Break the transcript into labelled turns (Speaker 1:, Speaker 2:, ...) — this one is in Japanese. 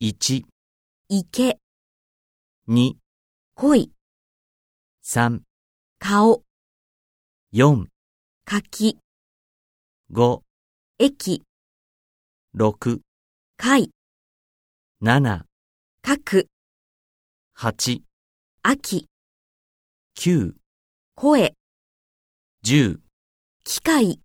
Speaker 1: 1、
Speaker 2: 池、
Speaker 1: 2、
Speaker 2: 恋、
Speaker 1: 3、
Speaker 2: 顔、
Speaker 1: 4、
Speaker 2: 柿、
Speaker 1: 5、
Speaker 2: 駅、
Speaker 1: 6、
Speaker 2: 貝、
Speaker 1: 7、
Speaker 2: 書く、
Speaker 1: 8、
Speaker 2: 秋、
Speaker 1: 9、
Speaker 2: 声、
Speaker 1: 10
Speaker 2: 機械。